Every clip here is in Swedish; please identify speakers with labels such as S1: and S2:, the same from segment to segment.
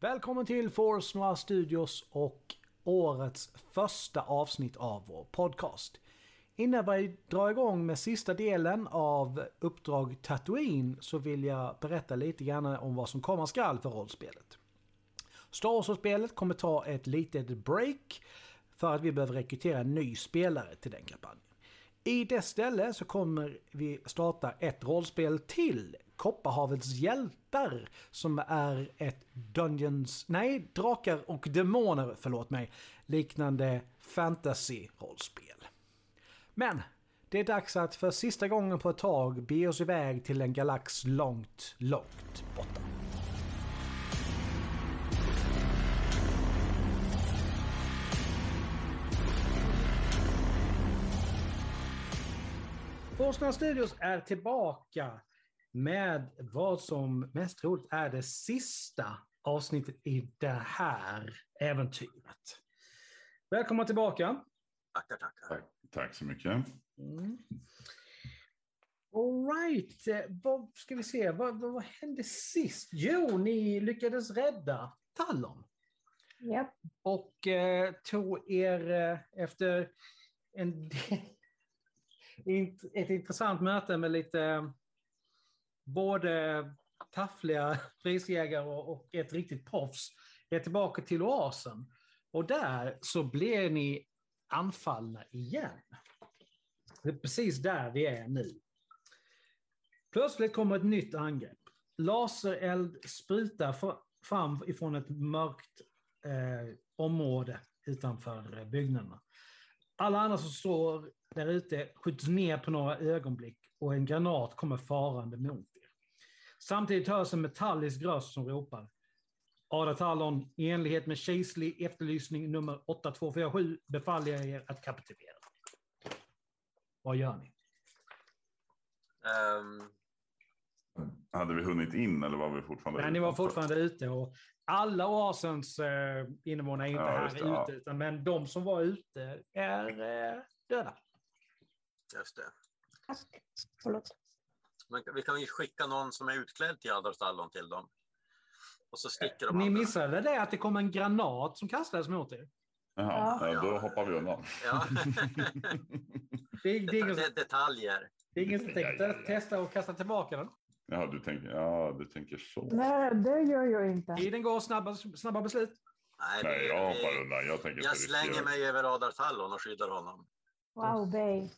S1: Välkommen till Force Noir Studios och årets första avsnitt av vår podcast. Innan vi drar igång med sista delen av Uppdrag Tatooine så vill jag berätta lite grann om vad som komma skall för rollspelet. Star Wars-spelet kommer ta ett litet break för att vi behöver rekrytera en ny spelare till den kampanjen. I dess ställe så kommer vi starta ett rollspel till, Kopparhavets hjältar, som är ett Dungeons... Nej, Drakar och Demoner, förlåt mig, liknande fantasy-rollspel. Men, det är dags att för sista gången på ett tag be oss iväg till en galax långt, långt borta. Forsnad Studios är tillbaka med vad som mest troligt är det sista avsnittet i det här äventyret. Välkomna tillbaka.
S2: Tackar, tackar.
S3: Tack, tack så mycket.
S1: Mm. All right, eh, vad ska vi se, vad, vad, vad hände sist? Jo, ni lyckades rädda Talon
S4: Japp.
S1: och eh, tog er eh, efter en, int- ett intressant möte med lite eh, både taffliga prisjägare och, och ett riktigt proffs, är tillbaka till oasen. Och där så blir ni anfallna igen. Det är precis där vi är nu. Plötsligt kommer ett nytt angrepp. Lasereld sprutar fr- fram ifrån ett mörkt eh, område utanför eh, byggnaderna. Alla andra som står där ute skjuts ner på några ögonblick och en granat kommer farande mot er. Samtidigt hörs en metallisk röst som ropar. Ada Tallon, i enlighet med Kislig efterlysning nummer 8247 befaller jag er att kapitulera. Vad gör ni?
S2: Ehm,
S3: Hade vi hunnit in eller var vi fortfarande
S1: Men ni var
S3: utanför?
S1: fortfarande ute och alla oasens eh, invånare är inte
S3: Ja,
S1: här
S3: just det,
S1: ute,
S3: ja.
S1: utan, men de som var ute är eh, döda.
S2: just det.
S4: Tack. Förlåt.
S2: Men vi kan ju skicka någon som är utklädd till Aldarstallon till dem. Och så sticker de
S1: Ni
S2: andra.
S1: missade det att det kom en granat som kastades mot er.
S3: Jaha,
S2: Ja.
S3: ja. då hoppar vi undan.
S2: Ja.
S1: Det är, det är, ingen,
S2: Det är detaljer.
S1: det är ingen som tänkte testa och kasta tillbaka den.
S3: Jaha, du tänker, ja, du tänker så.
S4: Nej, det gör jag inte.
S1: Tiden går, snabba, snabba beslut.
S2: Nej,
S3: Nej,
S2: vi-
S3: jag
S2: vi-
S3: hoppar undan. Jag tänker
S2: jag
S3: inte riskera.
S2: slänger mig över Aldarstallon och skyddar honom.
S4: Wow, Bay.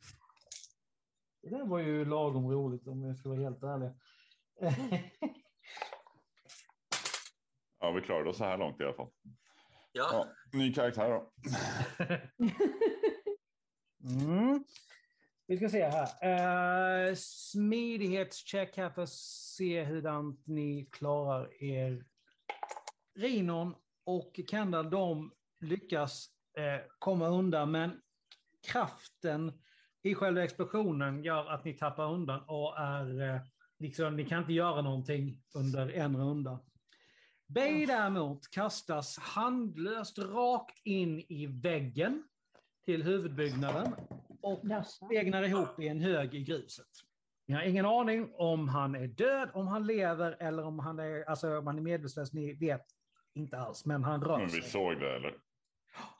S1: Det där var ju lagom roligt om jag ska vara helt ärlig.
S3: Ja, vi klarade oss så här långt i alla fall.
S2: Ja,
S3: Ja, ny karaktär då.
S1: Mm. Vi ska se här. Uh, smidighetscheck här för att se hurdant ni klarar er. Rinon och Kendall, de lyckas eh, komma undan, men kraften i själva explosionen gör att ni tappar undan och är eh, liksom, ni kan inte göra någonting under en runda. Bay däremot kastas handlöst rakt in i väggen till huvudbyggnaden och
S4: Jaså.
S1: egnar ihop i en hög i gruset. Ni har ingen aning om han är död, om han lever eller om han är, alltså, om han är medvetslös. Ni vet inte alls, men han rör
S3: Men vi
S1: sig.
S3: såg det eller?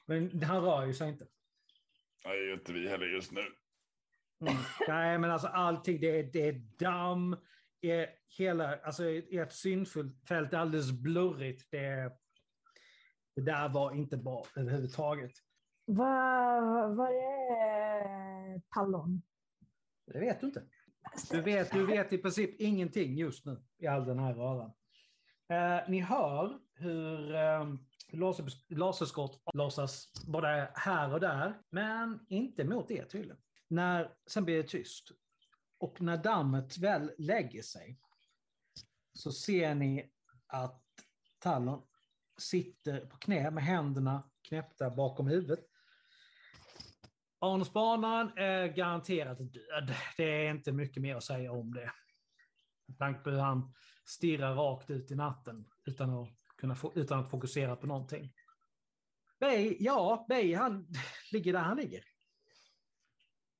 S1: Men han rör ju sig inte.
S3: Nej, inte vi heller just nu.
S1: Mm. Nej, men alltså allting. Det är, det är damm. Är hela, alltså ert synfält är alldeles blurrigt. Det, det där var inte bra överhuvudtaget.
S4: Vad vad är Tallon?
S1: Det vet du inte. Du vet, du vet i princip ingenting just nu i all den här röran. Eh, ni hör hur eh, laser, laserskott lasas både här och där, men inte mot er tydligen. När, sen blir det tyst. Och när dammet väl lägger sig så ser ni att Tallon sitter på knä med händerna knäppta bakom huvudet. Arnsbanan är garanterat död. Det är inte mycket mer att säga om det. Med tanke på hur han stirrar rakt ut i natten utan att, kunna få, utan att fokusera på någonting. Bey, ja, Bey, han ligger där han ligger.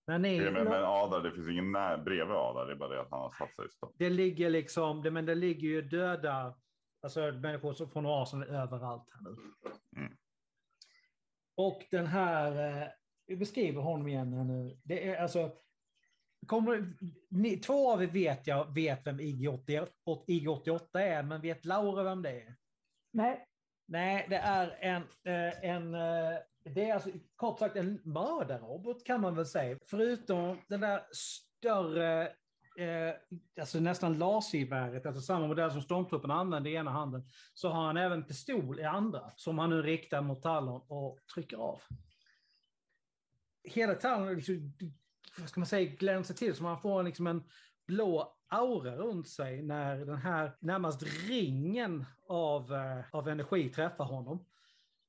S1: Men ni,
S3: Men, men Adar, det finns ingen när bredvid Adar. Det är bara det att han har satt sig i stopp.
S1: det ligger liksom, det, men det ligger ju döda Alltså människor som från rasen är överallt här nu.
S3: Mm.
S1: Och den här, eh, vi beskriver honom igen här nu. Det är alltså, kommer, ni, två av er vet jag vet vem IG-88 IG-88 är, men vet Laura vem det är?
S4: Nej.
S1: Nej, det är en, eh, en eh, det är alltså kort sagt en mördarrobot kan man väl säga. Förutom den där större, eh, alltså nästan lasgeväret, alltså samma modell som stormtruppen använde i ena handen, så har han även pistol i andra som han nu riktar mot Talon och trycker av. Hela Talon liksom, vad ska man säga, glänser till så man får liksom en blå aura runt sig när den här närmast ringen av, eh, av energi träffar honom.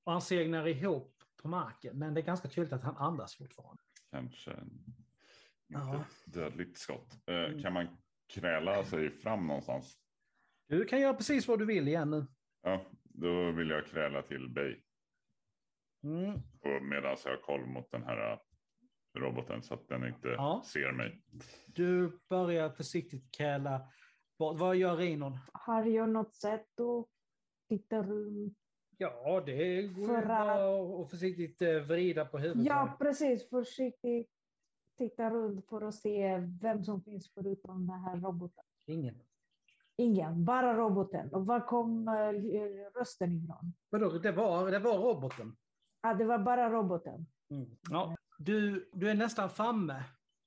S1: Och han segnar ihop på marken, men det är ganska tydligt att han andas fortfarande.
S3: Kanske inte
S1: Ja.
S3: ett dödligt skott. Eh,
S2: Mm.
S3: Kan man kräla sig fram någonstans?
S1: Du kan göra precis vad du vill igen nu.
S3: Ja, då vill jag kräla till Bay.
S1: Mm.
S3: Och medan jag har koll mot den här eh, roboten så att den inte
S1: Ja.
S3: ser mig.
S1: Du börjar försiktigt kräla. Vad, vad gör Rinon?
S4: Har jag något sätt att titta runt?
S1: Ja, det går
S4: För
S1: ju
S4: att-
S1: bara att- att försiktigt eh, vrida på huvudet.
S4: Ja, precis. Försiktigt titta runt för att se vem som finns förutom den här roboten.
S1: Ingen.
S4: Ingen, bara roboten. Och var kom eh, rösten ifrån?
S1: Vadå, det var, det var roboten?
S4: Ah, det var bara roboten.
S1: Ja. Du, du är nästan framme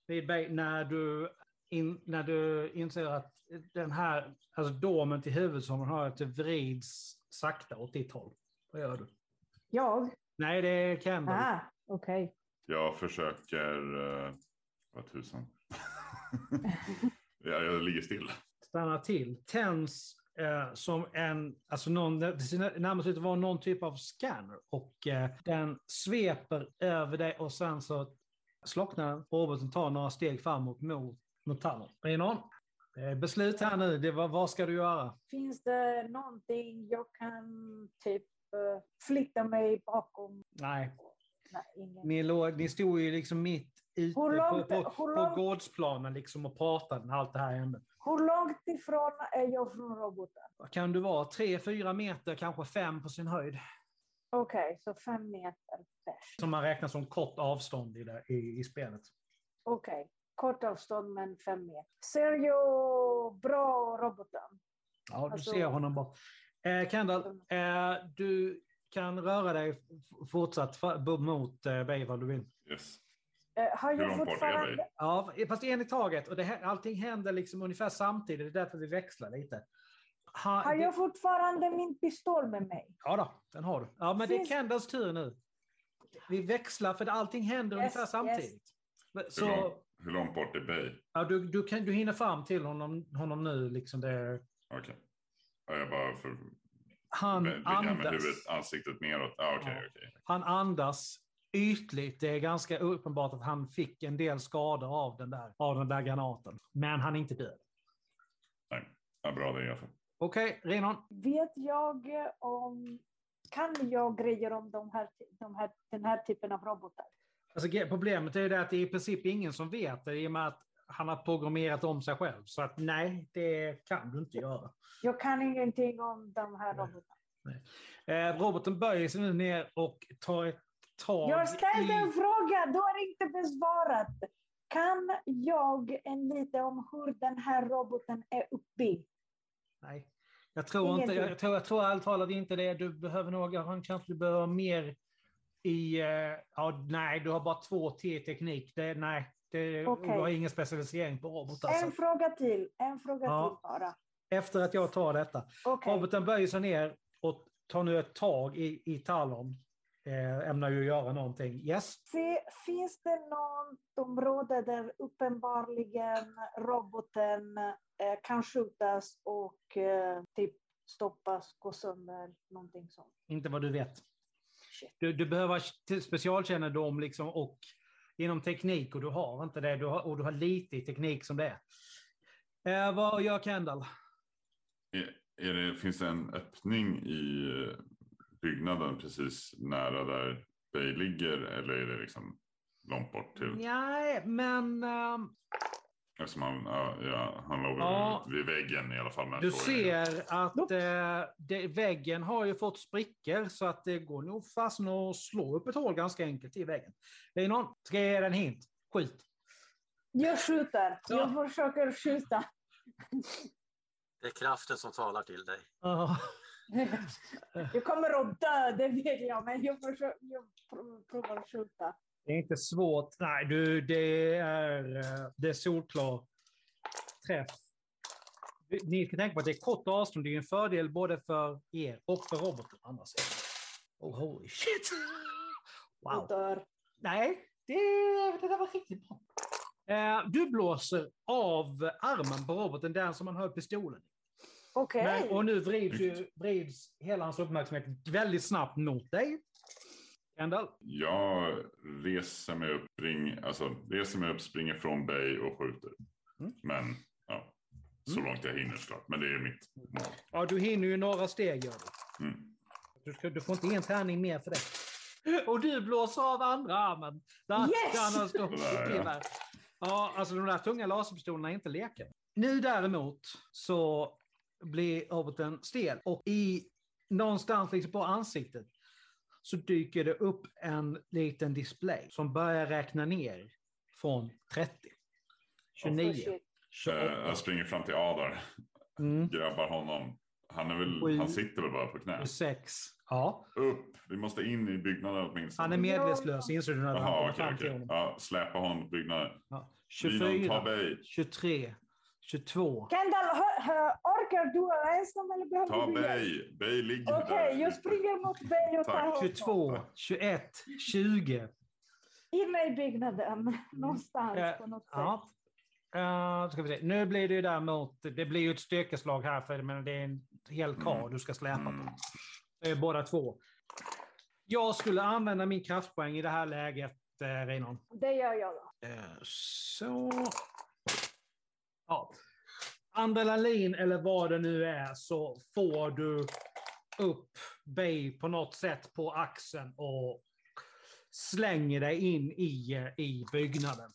S1: vid mig när du, in, när du inser att den här alltså domen till huvudet som hon har att det vrids sakta åt ditt håll. Vad gör du?
S4: Jag?
S1: Mm. Nej, det är Kendall.
S4: Ah, okej.
S3: Jag försöker... eh, Vad tusan. jag, jag ligger still.
S1: Stanna till. Tänds eh, som en, alltså någon, det ser närmast ut att vara någon typ av scanner och eh, den sveper över dig och sen så slocknar den. Roboten tar några steg framåt mot, mot Talon. Rinon, eh, beslut här nu. Det var, vad ska du göra?
S4: Finns det någonting jag kan typ eh, flytta mig bakom?
S1: Nej,
S4: Nej, ingen.
S1: ni, låg, ni stod ju liksom mitt ute
S4: Hur
S1: på,
S4: långt-
S1: på,
S4: hur
S1: på
S4: långt-
S1: gårdsplanen liksom och pratade när allt det här hände.
S4: Hur långt ifrån är jag från roboten?
S1: Vad Kan du vara tre, fyra meter, kanske fem på sin höjd?
S4: Okej, så fem meter bärs.
S1: Som man räknar som kort avstånd i, det, i, i spelet.
S4: Okej, kort avstånd men fem meter. Ser jag bra roboten?
S1: Ja, du
S4: Alltså-
S1: ser honom bara. Eh, Kendall, eh, du kan röra dig f- fortsatt fa- b- mot eh, Bay vad du vill.
S3: Yes.
S4: Eh, har
S3: Hur
S4: jag
S3: långt bort är
S4: fortfarande...
S1: Ja, fast en i taget. Och det, här- allting händer liksom ungefär samtidigt. Det är därför vi växlar lite. Ha,
S4: Har
S1: det-
S4: jag fortfarande min pistol med mig?
S1: Ja då, den har du. Ja, men det är
S4: Finns-
S1: Kendalls tur nu. Vi växlar för allting händer
S4: Yes,
S1: ungefär samtidigt. Men
S3: Hur
S1: Så
S3: långt? Hur långt bort är Bay?
S1: ja, du, du, kan, du hinner fram till honom, honom nu. Liksom det.
S3: Okej. Ja, jag bara för...
S1: Han
S3: Vigga med
S1: andas,
S3: huvudet, ansiktet neråt. Ah, okej,
S1: Ja.
S3: okej.
S1: han andas ytligt. Det är ganska uppenbart att han fick en del skador av den där, av den där granaten. Men han är inte död.
S3: Ja, bra det i alla fall.
S1: Okej, Renon.
S4: Vet jag om... Kan jag grejer om de här, de här, den här typen av robotar?
S1: Alltså, ge- problemet är ju det att det är i princip ingen som vet det i och med att han har programmerat om sig själv. Så att nej, det kan du inte göra.
S4: Jag kan ingenting om de här
S1: Nej.
S4: robotarna.
S1: Eh, roboten böjer sig nu ner och tar ett tag
S4: Jag ställde en
S1: i...
S4: fråga, du har inte besvarat. Kan jag en lite om hur den här roboten är uppbyggd?
S1: Nej, jag tror inte,
S4: Ingenting.
S1: jag tror, jag tror ärligt talat inte det. Du behöver nog, jag har en känsla att du behöver mer i... Eh, ja, nej, du har bara två T-teknik. Det, nej, det,
S4: Okej.
S1: du har ingen specialisering på robot. Alltså.
S4: En fråga till, en fråga
S1: Ja.
S4: till bara.
S1: Efter att jag tar detta.
S4: Okej,
S1: Roboten böjer sig ner och tar nu ett tag i, i Talon. Eh, ämnar ju göra någonting. Yes.
S4: Se, finns det något område där uppenbarligen roboten eh, kan skjutas och eh, typ stoppas, gå sönder, någonting sånt?
S1: Inte vad du vet.
S4: Shit.
S1: Du, du behöver t- specialkännedom liksom och inom teknik och du har inte det. Du har, och du har lite i teknik som det är. Eh, vad gör Kendall?
S3: Är, är det, finns det en öppning i äh, byggnaden precis nära där Bay ligger? Eller är det liksom långt bort till?
S1: Nej, men ehm,
S3: Eftersom han, ja, ja, han låg
S1: Ja.
S3: vid väggen i alla fall. Med en
S1: Du
S3: tår i
S1: ser att eh, det, väggen har ju fått sprickor så att det går nog fasen att slå upp ett hål ganska enkelt i väggen. Linon, ska jag ge dig en hint? Skjut.
S4: Jag skjuter.
S1: Ja.
S4: Jag försöker skjuta.
S2: Det är kraften som talar till dig.
S1: Ja.
S4: Jag kommer att dö, det vet jag, men jag, försöker, jag pr- provar att skjuta.
S1: Det är inte svårt. Nej, du, det är, eh, det är solklar träff. Ni ska tänka på att det är kort avstånd. Det är ju en fördel både för er och för roboten. Annars. Oh, holy shit.
S4: Jag
S1: Wow.
S4: dör.
S1: Nej, det, det där var riktigt bra. Eh, Du blåser av armen på roboten, den som man hör pistolen. i.
S4: Okej.
S1: Men, och nu vrids, ju, vrids hela hans uppmärksamhet väldigt snabbt mot dig. Kendall.
S3: Jag reser mig upp, spring, alltså, reser mig upp springer från dig och skjuter.
S1: Mm.
S3: Men ja, så
S1: Mm.
S3: långt jag hinner såklart. Men det är mitt mål.
S1: Ja, du hinner ju några steg. Gör du.
S3: Mm.
S1: Du, ska, du får inte en tärning mer för det. Och du blåser av andra armen. Där,
S4: Yes!
S1: där han står
S3: Sådär, ja.
S1: ja. ja, alltså de där tunga laserpistolerna är inte leken. Nu däremot så blir roboten stel och i någonstans liksom på ansiktet så dyker det upp en liten display som börjar räkna ner från 30. 29,
S4: Oh, Shit.
S1: 28.
S3: Eh, jag springer fram till Adar,
S1: Mm.
S3: grabbar honom. Han, är
S1: Sju.
S3: väl, han sitter väl bara på knä?
S1: 26. Ja,
S3: Upp! Vi måste in i byggnaden åtminstone.
S1: han är medvetslös, inser du när du
S3: Jaha,
S1: kommer
S3: okej,
S1: fram till
S3: okej.
S1: honom.
S3: Ja, släpa honom till byggnaden.
S1: Ja.
S3: Linan, ta
S1: 24,
S3: Bay.
S1: 23, 22.
S4: Kendall, hör, hör, orkar du ensam eller behöver
S3: Ta
S4: du hjälp?
S3: Bay. Bay ligger
S4: Okej,
S3: där.
S4: jag springer mot dig och tar
S3: Tack.
S4: honom.
S1: 22, 21, 20.
S4: Inne i byggnaden, någonstans
S1: Eh,
S4: på något sätt.
S1: Ja. Eh, ska vi se. Nu blir det ju däremot, det blir ju ett styrkeslag här för jag menar, det är en hel kar
S3: Mm.
S1: du ska släpa på.
S3: Mm.
S1: Eh, båda två. Jag skulle använda min kraftpoäng i det här läget, eh, Reinon.
S4: Det gör jag då.
S1: Eh, Så. Ja. Adrenalin eller vad det nu är så får du upp Bay på något sätt på axeln och slänger dig in i, eh, i byggnaden.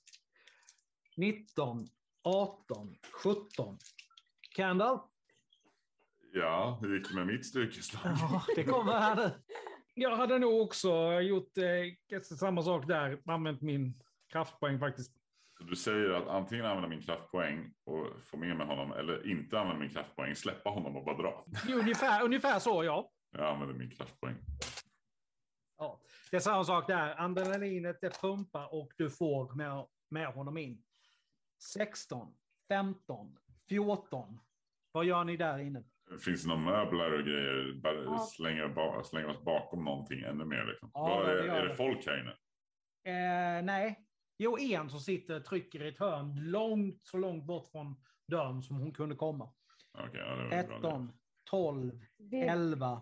S1: 19, 18, 17. Kendall?
S3: Ja, hur gick det med mitt styrkeslag?
S1: Ja, det kommer här nu. Jag hade nog också gjort eh, samma sak där, använt min kraftpoäng faktiskt.
S3: Så Du säger att antingen använda min kraftpoäng och få med mig honom eller inte använda min kraftpoäng, släppa honom och bara dra.
S1: Ungefär, ungefär så, ja.
S3: Jag använder min kraftpoäng.
S1: Ja, det är samma sak där. Adrenalinet det pumpar och du får med, med honom in. 16, 15, 14. Vad gör ni där inne?
S3: Finns det några möbler och grejer? Bara
S4: Ja.
S3: slänga, ba- slänga oss bakom någonting ännu mer. Liksom.
S1: Ja,
S3: Vad
S1: det
S3: är,
S1: gör
S3: är
S1: det.
S3: det folk här inne?
S1: Eh, nej, jo en som sitter och trycker i ett hörn långt, så långt bort från dörren som hon kunde komma.
S3: Okej, ja, det var en bra
S1: 13, 12,
S4: Vi,
S1: 11.
S3: idé.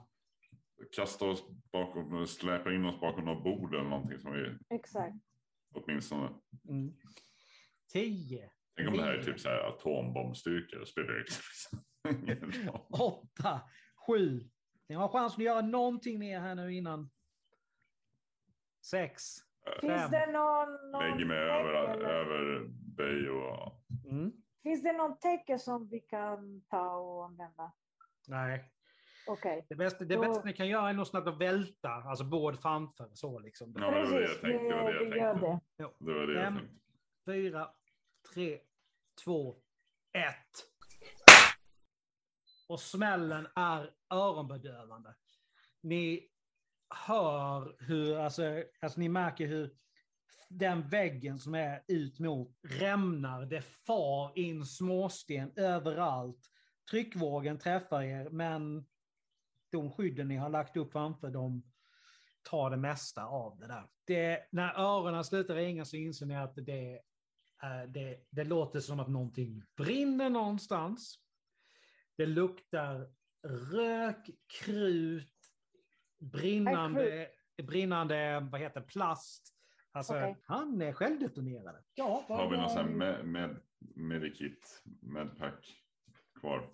S3: Kasta oss bakom, släpa in oss bakom något bord eller någonting som vi
S4: Exakt.
S3: åtminstone.
S1: Mm. 10,
S3: Tänk om det här är
S1: Vi-
S3: typ så här atombombstyrkor. Det spelar ju liksom ingen roll.
S1: 8, 7. Ni har chansen att göra någonting mer här nu innan. 6. Fem.
S4: Finns det någon... någon
S3: Lägger mig
S4: täcke
S3: över,
S4: eller-
S3: över Bay och
S1: Mm.
S4: Finns det någon täcke som vi kan ta och använda?
S1: Nej,
S4: Okej.
S1: Det bästa, det
S4: Då-
S1: bästa ni kan göra är nog snart att välta, alltså båd framför. Så liksom.
S3: Ja, men det var det jag
S4: Precis,
S3: tänkte. Det var det
S4: vi,
S3: jag
S4: vi gör
S3: tänkte.
S4: det.
S3: Det var det jag
S1: Fem.
S3: tänkte.
S1: Fyra, tre, två, ett. Och smällen är öronbedövande. Ni hör hur, alltså, alltså ni märker hur den väggen som är ut mot rämnar, det far in småsten överallt. Tryckvågen träffar er, men de skydden ni har lagt upp framför, de tar det mesta av det där. Det, när öronen slutar ringa så inser ni att det, eh, det, det låter som att någonting brinner någonstans. Det luktar rök, krut, brinnande, brinnande vad heter det, plast. Alltså,
S4: Okej.
S1: han är självdetonerade. Ja, vad
S3: Har vi någon
S1: vad-
S3: sån här med, med, medikit, medpack kvar?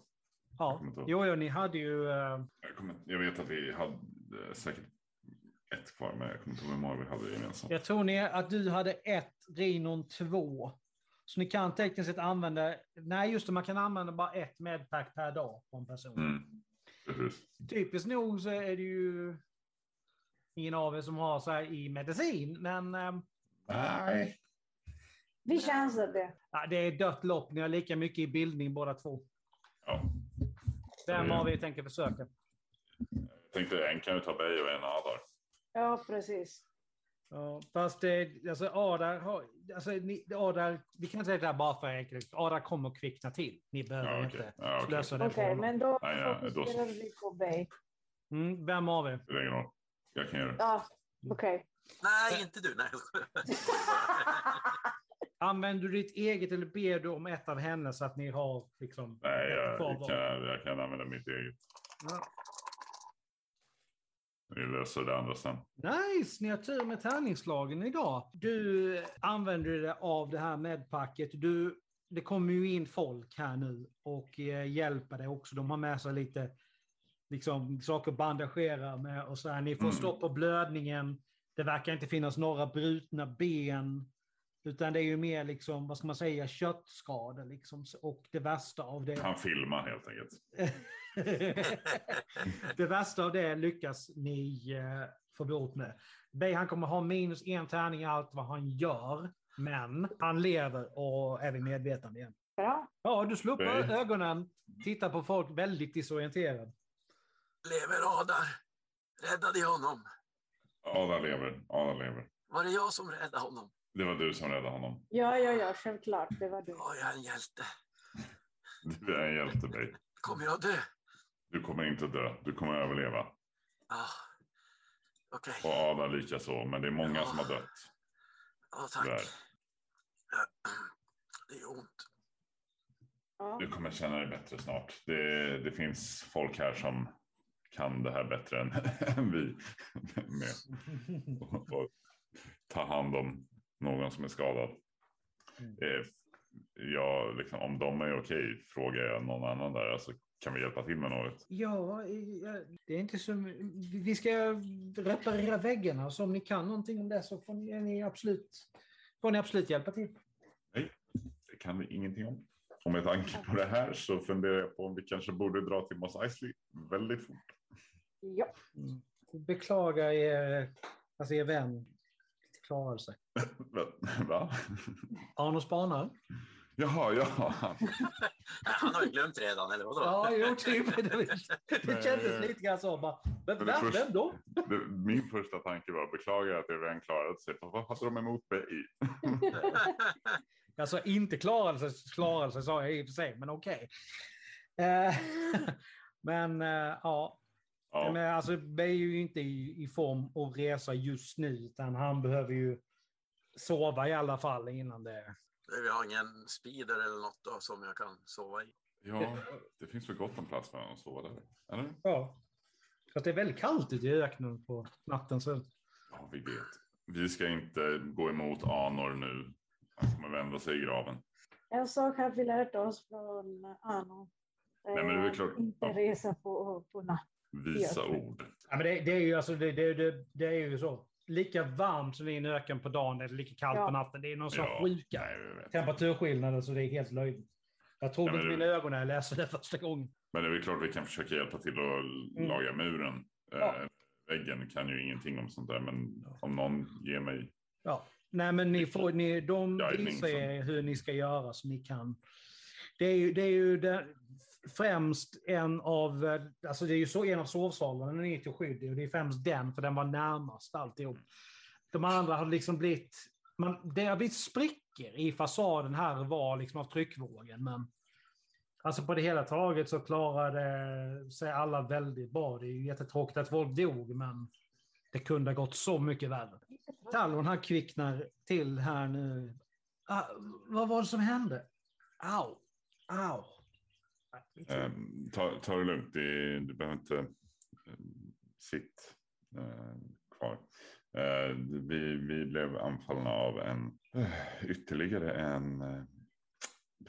S1: Ja.
S3: Jag kommer inte ihåg.
S1: Jo, jo, ni hade ju... eh,
S3: Jag, kommer, jag vet att vi hade eh, säkert ett kvar, men jag kommer inte ihåg hur många vi hade gemensamt.
S1: Jag tror ni, att du hade ett, Rinon två Så ni kan tekniskt sett använda, nej just det, man kan använda bara ett medpack per dag på en person.
S3: Mm. Precis.
S1: Typiskt nog så är det ju ingen av er som har så här i medicin, men ehm,
S3: Nej.
S4: Vi chanser det.
S1: ja, det är dött lopp. Ni har lika mycket i bildning båda två.
S3: Ja.
S1: Vem
S3: Mm.
S1: av er tänker försöka?
S3: Jag tänkte en kan ju ta Bay och en Adar.
S4: Ja, precis.
S1: Ja, fast det, alltså Adar, har, alltså, ni, Adar, vi kan inte säga det här bara för enkelt. Adar kommer att kvickna till. Ni behöver
S3: Ja, okej.
S1: inte
S3: Ja, okej.
S1: slösa
S4: Okej,
S1: det på honom.
S4: men då
S3: Nej, ja, då så.
S4: fokuserar vi på Bay.
S1: Mm, vem av er?
S3: Det är ingen roll. Jag kan göra det.
S4: Ja, okej.
S2: Nej, inte du. Nej. jag skojar.
S1: Använder du ditt eget eller ber du om ett av henne så att ni har liksom...
S3: Nej, jag,
S1: Kvar
S3: jag,
S1: var.
S3: kan, jag kan använda mitt eget.
S1: Ja.
S3: Vi löser det andra sen.
S1: Nice, ni har tur med tärningslagen idag. Du använder dig av det här medpacket. Du, det kommer ju in folk här nu och eh, hjälper dig också. De har med sig lite liksom, saker att bandagera med och så här. Ni får
S3: Mm.
S1: stopp på blödningen. Det verkar inte finnas några brutna ben, utan det är ju mer liksom, vad ska man säga, köttskador liksom och det värsta av det.
S3: Han filmar helt enkelt.
S1: det värsta av det lyckas ni eh, få bort med. Bey han kommer ha minus en tärning i allt vad han gör, men han lever och är vid medvetande igen.
S4: Bra.
S1: Ja, du slår upp
S3: Bey.
S1: ögonen, tittar på folk väldigt disorienterad.
S2: Lever Adar. Räddade jag honom?
S3: Adar lever. Adar lever.
S2: Var det jag som räddade honom?
S3: Det var du som räddade honom.
S4: Ja, ja, ja, självklart. Det var du.
S2: Ja, jag är en hjälte.
S3: Du är en hjälte, Bay.
S2: Kommer jag dö?
S3: Du kommer inte dö. Du kommer överleva.
S2: Ja. Okej.
S3: Och Ada likaså. Men det är många som har dött.
S2: Ja,
S3: Tyvärr.
S2: tack. Ja. Det gör ont.
S4: Ja.
S3: Du kommer känna dig bättre snart. Det, det finns folk här som kan det här bättre än, än vi. Med och, och ta hand om någon som är skadad.
S1: Mm.
S3: Eh, jag, liksom, om de är okej frågar jag någon annan där. Alltså, kan vi hjälpa till med något?
S1: Ja, eh, det är inte som... Vi ska reparera väggarna, så om ni kan någonting om det så får ni, är ni, absolut, får ni absolut hjälpa till.
S3: Det kan vi ingenting om. Och med tanke på det här så funderar jag på om vi kanske borde dra till Mos Eisley väldigt fort.
S4: ja.
S1: Mm. Beklagar er, alltså er vän klarar sig.
S3: Va- Va?
S1: Arno spanar.
S3: Jaha, ja.
S2: Han har ju glömt redan, eller vadå?
S1: Ja, jo, typ. Det, det kändes
S3: Nej.
S1: lite grann så. Bara, vem,
S3: Men det
S1: vem,
S3: först-
S1: vem då?
S3: Det- Min första tanke var beklagar att jag redan klarat sig. För vad hade de emot mig?
S1: Alltså inte klarade sig, klarade sig sa jag i och för sig, men okej. Eh, men eh, ja,
S3: Ja,
S1: men alltså vi är ju inte i, i form att resa just nu, utan han behöver ju sova i alla fall innan det.
S2: Vi har ingen speeder eller något då, som jag kan sova i.
S3: ja, det finns väl gott om plats för honom att sova där. Eller?
S1: Ja. För att det är väldigt kallt ute i öknen på natten. Så.
S3: Ja, vi vet. Vi ska inte gå emot Anor nu. Han kommer vända sig i graven.
S4: En sak har vi lärt oss från Anno.
S3: Nej, men det är väl klart.
S4: Inte
S3: Ja.
S4: resa på, på natt.
S3: Visa
S4: Helt rätt.
S3: ord.
S1: Ja, men det, det, är ju, alltså, det, det, det, det är ju så. Lika varmt som det är i en öken på dagen, det är lika kallt
S4: Ja.
S1: på natten. Det är någon sån
S3: Ja,
S1: sjuka
S3: Nej, vi vet.
S1: temperaturskillnader så det är helt löjligt. Jag trodde
S3: Ja, men
S1: inte
S3: det-
S1: mina ögon när jag läste det första gången.
S3: Men det är väl klart vi kan försöka hjälpa till att
S1: Mm.
S3: laga muren.
S1: Ja.
S3: Eh, väggen kan ju ingenting om sånt där, men om någon ger mig.
S1: Ja. Nej, men ni får, ni, de
S3: Guidning
S1: visar
S3: som-
S1: er hur ni ska göra så ni kan. Det är ju, det är ju där- främst en av, eh, alltså det är ju så en av sovsalarna ni är till skydd i och det är främst den, för den var närmast alltihop. De andra har liksom blivit, man, det har blivit sprickor i fasaden här och var liksom av tryckvågen, men Alltså på det hela taget så klarade sig alla väldigt bra. Det är ju jättetråkigt att folk dog, men det kunde ha gått så mycket värre. Talon han kvicknar till här nu. Ah, vad var det som hände? Au, au.
S3: Eh, ta, ta det lugnt, det, du behöver inte eh, sitt eh, kvar. Eh, vi, vi blev anfallna av en eh, ytterligare en eh,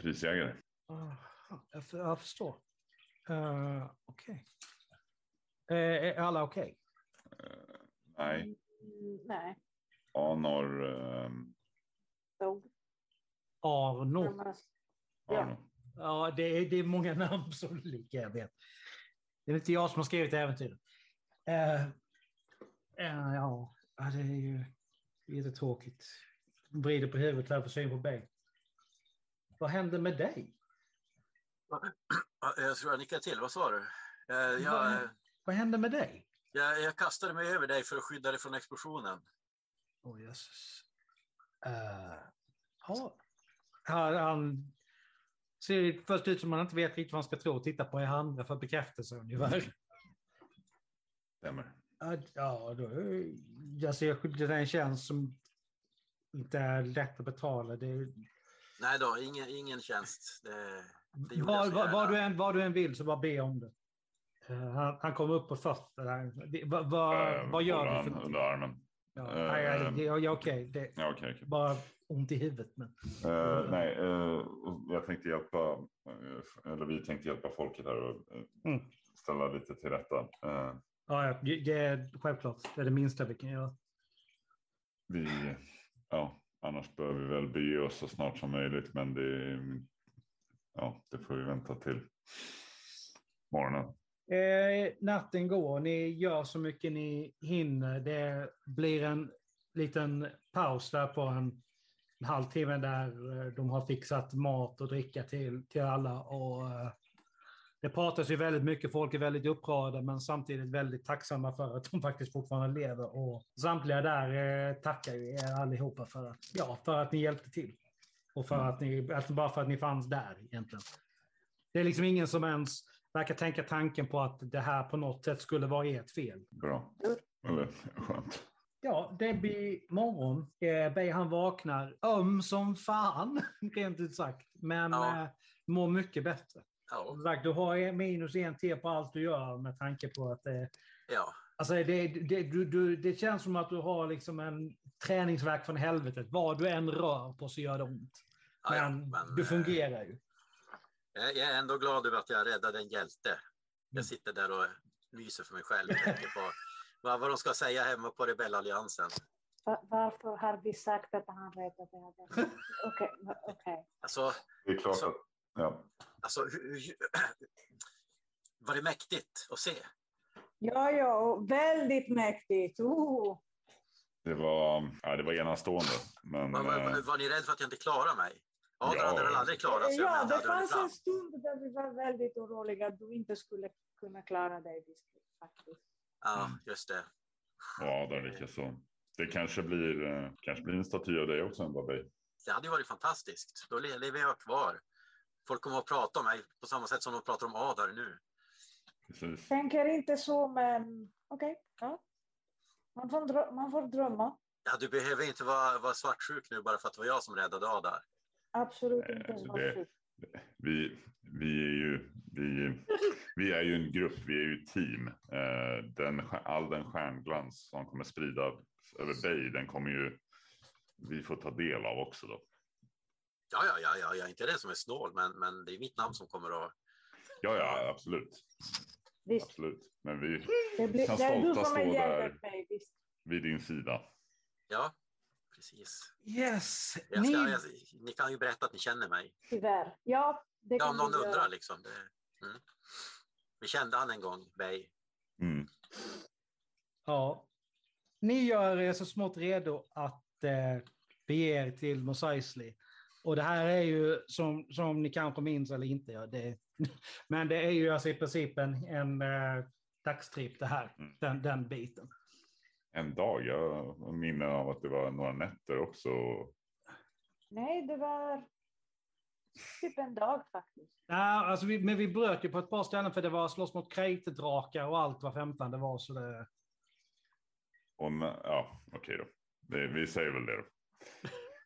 S3: prisjägare.
S1: Ah, jag, för, jag förstår. Eh, okej. Eh, är alla okej?
S3: Eh, nej,
S4: Mm, nej,
S3: Anor eh,
S4: dog.
S1: Arno.
S4: Annars-
S3: Arno.
S1: Ja, det är, det är många namn som är lika, jag vet. Det är inte jag som har skrivit äventyret. Eh, eh, ja, ja, det är ju jättetråkigt. Vrider på huvudet här för syn på Bengt. Vad hände med dig?
S2: Ja, Jag tror jag nickade till, vad sa du? Eh,
S1: Vad
S2: Jag,
S1: hände? Vad hände med dig?
S2: jag, jag kastade mig över dig för att skydda dig från explosionen.
S1: Åh jösses. Eh, ja. han, han ser först ut som han inte vet riktigt vad han ska tro och titta på er andra för bekräftelse ungefär.
S3: Stämmer.
S1: Ja, Ja, då, alltså jag skyddar en tjänst som inte är lätt att betala. Det,
S2: Nej då, ingen, ingen tjänst. Det, Det gjorde
S1: var,
S2: jag så
S1: var, var,
S2: gärna.
S1: du än, var du än vill så bara be om det. Eh, han, han kom upp på fötter. där. Det- Vad vad-
S3: Eh,
S1: vad gör
S3: håller
S1: du?
S3: han
S1: För, någonting?
S3: Under armen.
S1: ja,
S3: eh,
S1: nej, nej, det, ja, ja, okej, det är
S3: Ja, okej. okej.
S1: bara ont i huvudet. Men,
S3: Eh, nej, eh, och jag tänkte hjälpa, eh, eller vi tänkte hjälpa folket här och eh,
S1: Mm.
S3: ställa lite till rätta. Eh,
S1: ja, ja, det, det är självklart det, är det minsta vi kan göra.
S3: vi, ja, annars bör vi väl bege oss så snart som möjligt, men det, ja, det får vi vänta till morgonen.
S1: Eh, natten går, ni gör så mycket ni hinner. Det blir en liten paus där på en, en halvtimme där eh, de har fixat mat och dricka till, till alla. Och, eh, det pratas ju väldigt mycket, folk är väldigt upprörda men samtidigt väldigt tacksamma för att de faktiskt fortfarande lever. Och samtliga där eh, tackar ju er allihopa för att, ja, för att ni hjälpte till. Och för
S3: Mm.
S1: att ni, alltså bara för att ni fanns där egentligen. Det är liksom ingen som ens verkar tänka tanken på att det här på något sätt skulle vara ert fel.
S3: Bra. Eller skönt.
S1: Ja, det blir morgon. Eh, Bey han vaknar öm som fan, rent ut sagt. Men
S2: Ja.
S1: eh, mår mycket bättre.
S2: Ja,
S1: Som sagt, Du har en- minus en till på allt du gör med tanke på att eh,
S2: ja.
S1: alltså det, det, du, du, det känns som att du har liksom en träningsvärk från helvetet. Vad du än rör på så gör det ont.
S2: ja,
S1: Men,
S2: ja men,
S1: du
S2: eh,
S1: fungerar ju.
S2: Jag jag är ändå glad över att jag räddade en hjälte.
S1: Mm.
S2: Jag sitter där och myser för mig själv och tänker på vad, vad de ska säga hemma på rebellalliansen.
S4: Va- Varför har vi sagt att han räddade henne? Okej, men okej.
S2: Alltså,
S3: Det är klart
S2: Så-
S3: att, ja,
S2: alltså hur, hur, var det mäktigt att se?
S4: Ja, ja, och väldigt mäktigt. Oh.
S3: det var, ja, det var enastående. Men,
S2: Var, var,
S3: eh,
S2: var, var ni rädda för att jag inte klarar mig? Ja,
S3: Ja.
S2: ja. hade väl aldrig klarat sig om jag
S4: Eh, Ja,
S2: inte
S4: det
S2: hade hunnit
S4: fanns en
S2: fram.
S4: stund där vi var väldigt oroliga att du inte skulle kunna klara dig. Faktiskt.
S2: Ja, just det.
S3: ja, där lyckas så. Det kanske blir, eh, kanske blir en staty av dig också, en Babej.
S2: Det hade ju varit fantastiskt. Då le- lever jag kvar. Folk kommer att prata om mig på samma sätt som de pratar om Adar nu.
S3: Precis.
S4: Tänker inte så, men okej. ja. man, får drö- man får drömma.
S2: Ja, du behöver inte vara, vara svartsjuk nu bara för att det var jag som räddade Adar.
S4: Absolut
S3: Eh,
S4: inte
S3: det-
S4: svartsjuk.
S3: Vi, vi, är ju, vi, vi är ju en grupp, vi är ju ett team. Eh, Den, stjär- all den stjärnglans som kommer sprida över dig, den kommer ju vi få ta del av också. Då.
S2: Ja, ja, ja, ja, jag är inte den som är snål, men, men det är mitt namn som kommer att...
S3: Ja, ja, absolut.
S4: Visst,
S3: absolut. Men vi
S4: det, blir,
S3: Kan
S4: det är du
S3: stolta
S4: som är
S3: stå där.
S4: hjälpt mig. Visst.
S3: vid din sida.
S2: Ja, precis.
S1: Yes,
S2: Jag
S1: ni
S2: ska, jag, ni kan ju berätta att ni känner mig.
S4: Tyvärr. Ja, det
S2: Ja,
S4: kan
S2: om någon
S4: du göra.
S2: undrar liksom. Det, mm. Vi kände han en gång, Bey.
S3: Mm.
S1: Ja. Ni gör er så smått redo att eh, bege er till Mos Eisley. Och det här är ju, som, som ni kanske minns eller inte, ja, det, men det är ju alltså i princip en, en eh, dagstripp det här,
S3: Mm.
S1: den, den biten.
S3: En dag, jag har minnen av att det var några nätter också.
S4: Nej, det var typ en dag faktiskt.
S1: Ja, alltså vi, men vi bröt ju på ett par ställen för det var slåss mot kritdrakar och allt vad femtan det var. Så det,
S3: Och, na- ja, okej då. Det, vi säger väl det då.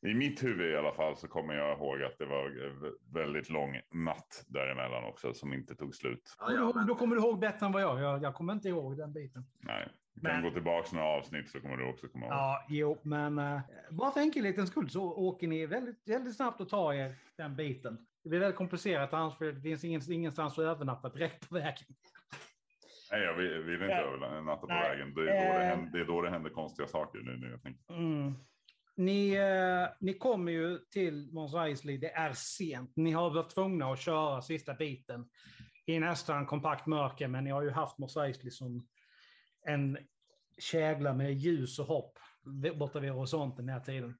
S3: I mitt huvud i alla fall så kommer jag ihåg att det var eh, vä- väldigt lång natt däremellan också som inte tog slut.
S2: Ja, ja,
S1: då,
S2: men,
S1: då kommer du ihåg bättre än vad jag Jag, jag kommer inte ihåg den biten.
S3: Nej, du kan
S1: Men-
S3: gå tillbaka några avsnitt så kommer du också komma ihåg.
S1: Ja, jo, men eh, bara för enkelhetens skull så åker ni väldigt, väldigt snabbt och tar er den biten. Det blir väldigt komplicerat annars för det finns ingen, ingenstans att övernatta direkt på vägen.
S3: Nej, jag vill, vill inte
S1: Ja.
S3: övernatta på
S1: Nej.
S3: vägen. Det är, då det,
S1: Eh.
S3: händer, det är då det händer konstiga saker nu när jag tänker.
S1: Ni, eh, ni kommer ju till Mons Eisley, det är sent. Ni har varit tvungna att köra sista biten i nästan kompakt mörker, men ni har ju haft Mons Eisley som en kägla med ljus och hopp borta vid horisonten den här tiden.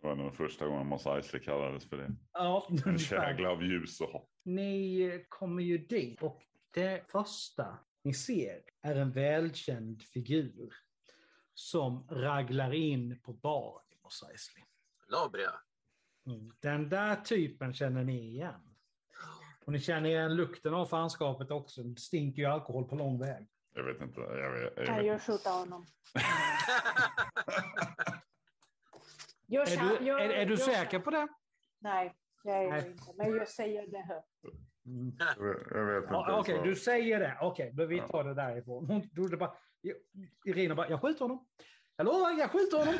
S3: Det var nog första gången Mos Eisley kallades för det.
S1: Ja,
S3: En
S1: ungefär.
S3: kägla av ljus och hopp.
S1: Ni kommer ju dit och det första ni ser är en välkänd figur som raglar in på baren i Mos Eisley.
S2: Labria.
S1: Den där typen känner ni igen. Och ni känner igen lukten av fanskapet också. Det stinker ju alkohol på lång väg.
S3: Jag vet inte. Jag vet, jag
S4: Kan
S3: vet.
S4: jag skjuta honom? Jag
S1: Är
S4: känner-
S1: du,
S4: jag-
S1: är, är du
S4: jag-
S1: säker på det?
S4: Nej, jag är
S1: Nej.
S4: inte. Men jag säger det högt.
S1: Mm.
S3: Jag vet, jag vet inte.
S1: Ja, Okej,
S3: Så-
S1: du säger det. Okej, men vi
S3: Ja.
S1: tar det därifrån. Hon trodde bara... Irina bara, jag skjuter honom. Jag lovar, jag skjuter honom.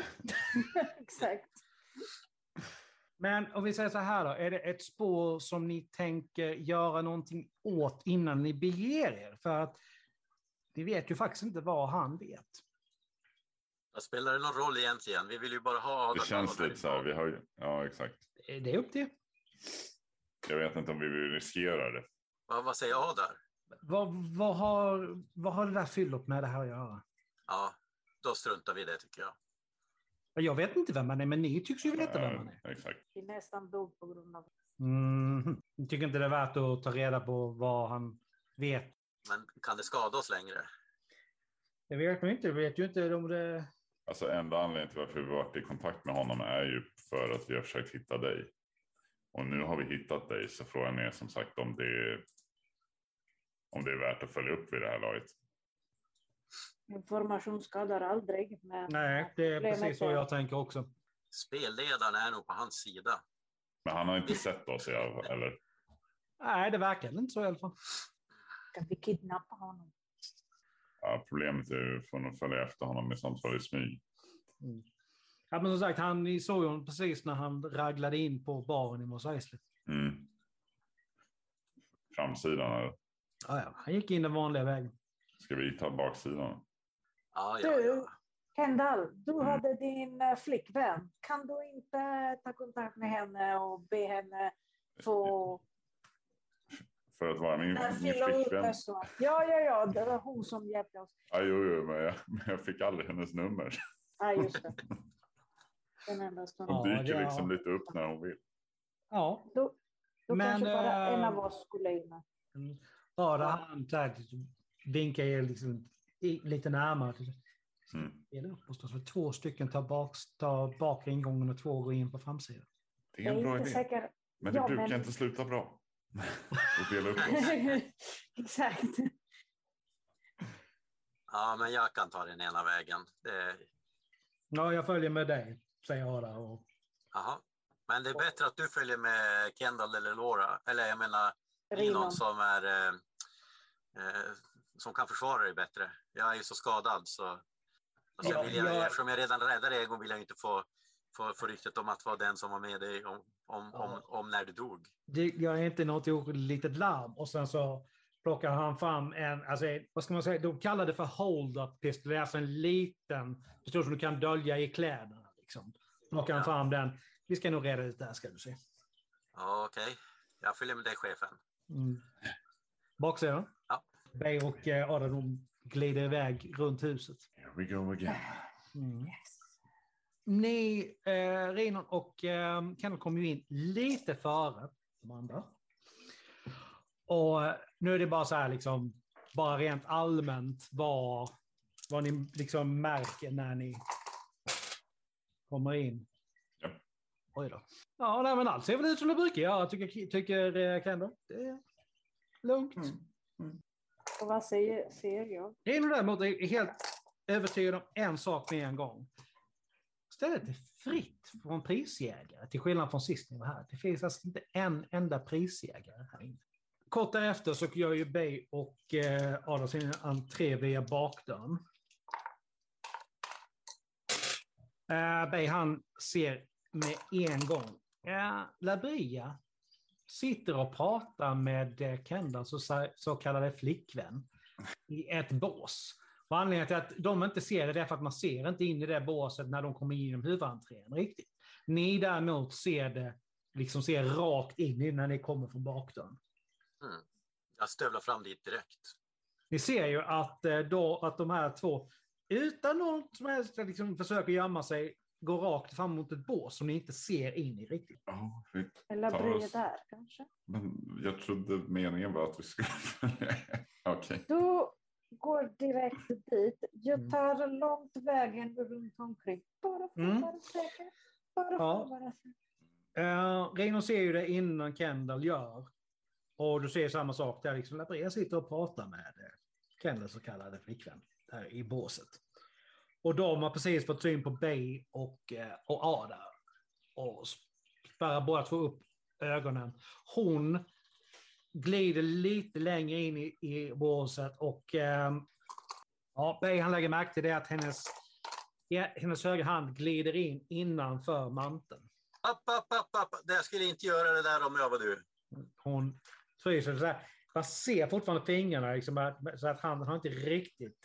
S4: Exakt.
S1: Men om vi säger så här då, är det ett spår som ni tänker göra någonting åt innan ni beger er? För att ni vet ju faktiskt inte vad han vet.
S2: Vad spelar det någon roll egentligen? Vi vill ju bara ha Adam.
S3: Det känns
S2: Adam
S3: lite så här. Vi har ju, ja, exakt.
S1: Eh, Det är upp till er.
S3: Jag vet inte om vi vill riskera det.
S2: Vad, vad säger Adar?
S1: vad, vad, har, vad har det där fyllot med det här att göra?
S2: Ja, då struntar vi i det tycker jag.
S1: Jag vet inte vem man är, men ni tycks ju veta vem man är.
S3: Eh, Exakt.
S4: Vi nästan dog på grund av det.
S1: Mm. Jag tycker inte det är värt att ta reda på vad han vet.
S2: Men kan det skada oss längre?
S1: Det vet man ju inte. Vi vet ju inte om det...
S3: Alltså enda anledningen till varför vi varit i kontakt med honom är ju för att vi har försökt hitta dig. Och nu har vi hittat dig så frågan är som sagt om det är, om det är värt att följa upp vid det här laget.
S4: Information skadar aldrig. Men
S1: Nej, det är
S4: Problemet
S1: precis så
S4: är-
S1: jag tänker också.
S2: Spelledaren är nog på hans sida.
S3: Men han har inte sett oss i alla fall, eller?
S1: Nej, det verkar inte så i alla fall.
S4: Kan vi kidnappa honom?
S3: Ja, problemet är ju för att följa efter honom i samtal i smyg.
S1: Ja, men som sagt, han, ni såg ju honom precis när han raglade in på baren i Mos Eisley.
S3: Mm. Framsidan, eller?
S1: Ja, ja, han gick in den vanliga vägen.
S3: Ska vi ta baksidan?
S2: Ja, ja, ja.
S4: Kendall, du
S3: Mm.
S4: hade din eh, flickvän. Kan du inte ta kontakt med henne och be henne få
S3: För att vara min,
S4: Nej,
S3: min
S4: fylla upp
S3: flickvän?
S4: det så. Ja, ja, ja, det var hon som hjälpte oss.
S3: Ja, jo, jo, men jag, men jag fick aldrig hennes nummer.
S4: Ja, just det. Den enda stunden.
S1: Ja,
S3: Hon dyker
S1: det-
S3: liksom lite upp när hon vill.
S1: Ja,
S4: Då, då
S1: Men,
S4: kanske bara en
S1: eh,
S4: av oss skulle in.
S1: bara han så här, vinkar er liksom, i, lite närmare.
S3: Mm.
S1: Dela upp oss då, så två stycken tar bak, tar bak ingången och två går in på framsidan.
S3: Det är
S4: Jag
S3: en
S4: är
S3: bra
S4: inte
S3: idé.
S4: säker.
S3: Men det
S4: Ja,
S3: brukar
S4: men-
S3: inte sluta bra. Och dela upp oss.
S4: Exakt.
S2: Ja, men jag kan ta den ena vägen. Det,
S1: Ja, jag följer med dig, säger Ada. Och,
S2: aha. Men det är bättre att du följer med Kendall eller Laura. Eller jag menar, i
S4: Rinon.
S2: någon som, är, eh, eh, som kan försvara dig bättre. Jag är ju så skadad så och sen
S1: Ja,
S2: vill jag,
S1: jag-
S2: eftersom jag redan räddade Egon vill jag inte få, få, få ryktet om att vara den som var med dig om, om, om, om när du dog.
S1: det, jag är inte något gjort litet larm. Och sen så plockar han fram en, alltså, vad ska man säga, de kallar det för hold-up pistol. Det är alltså en liten pistol som du kan dölja i kläderna. Liksom. Plockar han
S2: Ja.
S1: fram den. Vi ska nog reda ut det här ska du se.
S2: Ja, okej. Jag följer med dig chefen.
S1: Mm. Baksidan.
S2: Ja.
S1: Bay och eh, Ada de glider iväg runt huset. Mm.
S3: Here we go again.
S4: Yes.
S1: Ni, eh, Rinon och eh, Kenneth kom ju in lite före de andra. Och eh, nu är det bara så här liksom, bara rent allmänt vad, vad ni liksom märker när ni kommer in.
S3: Ja.
S1: Oj då. Ja, nej, men allt ser väl ut som det brukar göra, tycker, tycker eh, Kendall. Det är lugnt.
S4: Och vad säger, säger jag?
S1: Rino däremot är helt övertygad om en sak med en gång. Stället är fritt från prisjägare, till skillnad från sist ni var här. Det finns alltså inte en enda prisjägare här inne. Kort därefter så gör ju Bay och eh, Adam sin entré via bakdörren. Eh, Bay han ser med en gång. Eh, Labria sitter och pratar med eh, Kendalls så, så kallade flickvän i ett bås. Och anledningen till att de inte ser det är för att man ser inte in i det båset när de kommer in genom huvudentrén riktigt. Ni däremot ser det, liksom ser rakt in i när ni kommer från bakdörren.
S2: Mm. Jag stövlar fram dit direkt.
S1: Ni ser ju att, eh, då, att de här två, utan någon som helst liksom, försöker gömma sig, går rakt fram mot ett bås som ni inte ser in i riktigt.
S3: Ja, vi
S4: Eller
S3: tar
S4: blir
S3: oss.
S4: det där kanske?
S3: Men jag trodde meningen var att vi skulle följa. Okej.
S4: Du går direkt dit.
S1: Mm.
S4: Jag tar långt vägen runt omkring. Bara för
S1: Mm.
S4: att vara säker. Bara för
S1: Ja.
S4: att vara säker.
S1: Uh, Reino ser ju det innan Kendall gör. Och du ser samma sak där, liksom Labrea sitter och pratar med eh, Kendalls så kallade flickvän där i båset. Och de har precis fått syn på Bay och, eh, och Ada. Och spärrar båda två upp ögonen. Hon glider lite längre in i, i båset och eh, ja, Bay han lägger märke till det att hennes, ja, hennes högra hand glider in innanför manteln.
S2: App, app, app, app. Det- Jag skulle inte göra det där om jag var du.
S1: hon fryser så här. Man ser fortfarande fingrarna, liksom, att- så att handen har inte riktigt...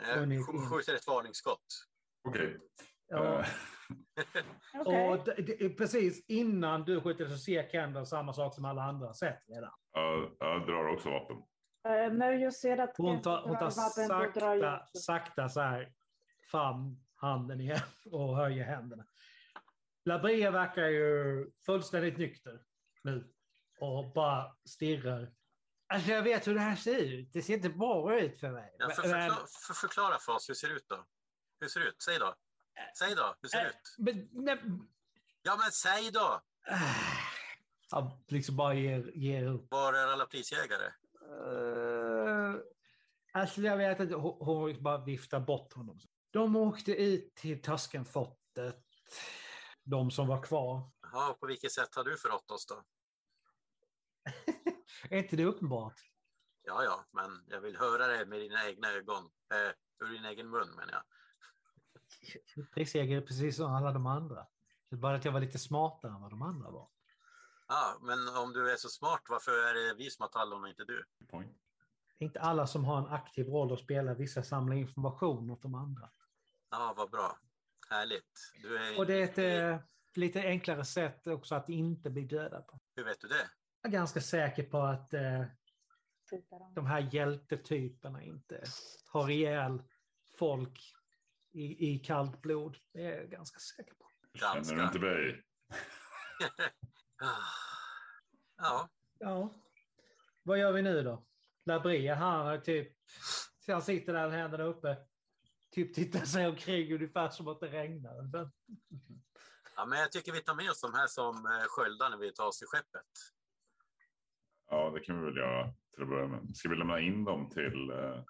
S2: Eh,
S1: Hon är
S2: sk-
S1: fin.
S2: Skjuter ett varningsskott.
S3: Okej.
S1: Ja.
S3: Eh,
S4: Okej.
S1: Och det, det, precis innan du skjuter så ser Kendall samma sak som alla andra har sett redan.
S3: jag- jag drar också vapen.
S4: Eh, När jag ser att
S1: Hon
S4: Kent
S1: tar, hon
S4: drar
S1: tar
S4: vapen, då drar jag
S1: sakta,
S4: också.
S1: sakta så här fram handen igen och höjer händerna. Labria verkar ju fullständigt nykter nu och bara stirrar. Alltså jag vet hur det här ser ut. Det ser inte bra ut för mig.
S2: Ja, för,
S1: Men-
S2: förkla, för, förklara för oss, hur ser det ut då? Hur ser det ut? Säg då. Säg då, hur ser det
S1: Eh.
S2: ut?
S1: men, nej,
S2: Ja, men säg då!
S1: Ah, Han liksom bara ger, ger upp.
S2: Var är alla prisjägare?
S1: Eh, alltså jag vet att hon, hon bara viftar bort honom. De åkte ut till Tuskenfortet, de som var kvar.
S2: Ja, på vilket sätt har du förrått oss då?
S1: Är inte det uppenbart?
S2: Ja, ja, men jag vill höra det med dina egna ögon. Eh, ur din egen mun menar jag.
S1: Prisägare är precis som alla de andra. Det är bara att jag var lite smartare än vad de andra var.
S2: Ja, men om du är så smart, varför är det vi som har tallon och inte du?
S3: Point.
S1: Inte alla som har en aktiv roll att spela, vissa samlar information åt de andra.
S2: Ja, vad bra. Härligt. Du är,
S1: Och det är ett eh, lite enklare sätt också att inte bli dödad på.
S2: Hur vet du det?
S1: Jag är ganska säker på att eh,
S4: Tittar de.
S1: de här hjältetyperna inte har ihjäl folk i, i kallt blod. Det är jag ganska säker på.
S2: Danska.
S3: Känner du inte mig?
S2: Ah. Ja,
S1: Ja. Vad gör vi nu då? Labria, han har typ... Han sitter där med händerna uppe. Typ tittar sig omkring ungefär som att det regnar. Men,
S2: Ja, men jag tycker vi tar med oss de här som eh, sköldar när vi tar oss till skeppet.
S3: Ja, det kan vi väl göra till att börja med. Ska vi lämna in dem till eh,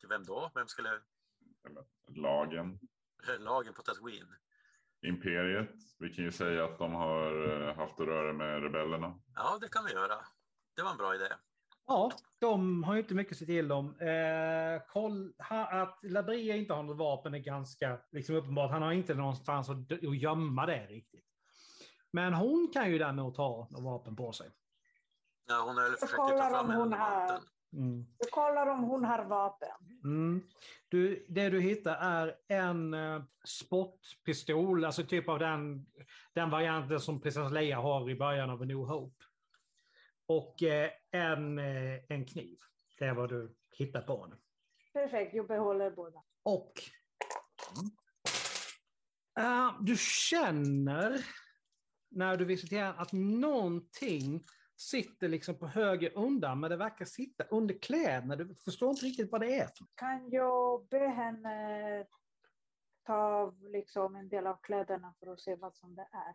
S2: Till vem då? Vem skulle eh,
S3: lagen?
S2: lagen på Tatooine?
S3: Imperiet? Vi kan ju säga att de har eh, haft att röra med rebellerna.
S2: Ja, det kan vi göra. Det var en bra idé.
S1: ja, de har ju inte mycket att säga till om. Eh, koll, ha, att Labria inte har något vapen är ganska liksom, uppenbart. Han har inte någonstans att, dö- att gömma det riktigt. Men hon kan ju däremot ha något vapen på sig.
S2: Ja, hon höll försökte ta
S4: kollar
S2: fram
S4: om
S2: en
S4: hon har-
S2: mantel.
S1: Mm.
S4: Jag kollar om hon har vapen.
S1: Mm. Du, det du hittar är en eh, spottpistol, alltså typ av den, den varianten som prinsessan Leia har i början av A New Hope. Och eh, en, eh, en kniv. Det är vad du hittar på henne.
S4: Perfekt, jag behåller båda.
S1: Och Eh, du känner när du visiterar att någonting sitter liksom på höger undan, men det verkar sitta under kläderna. Du förstår inte riktigt vad det är. för
S4: Kan jag be henne ta av liksom en del av kläderna för att se vad som det är?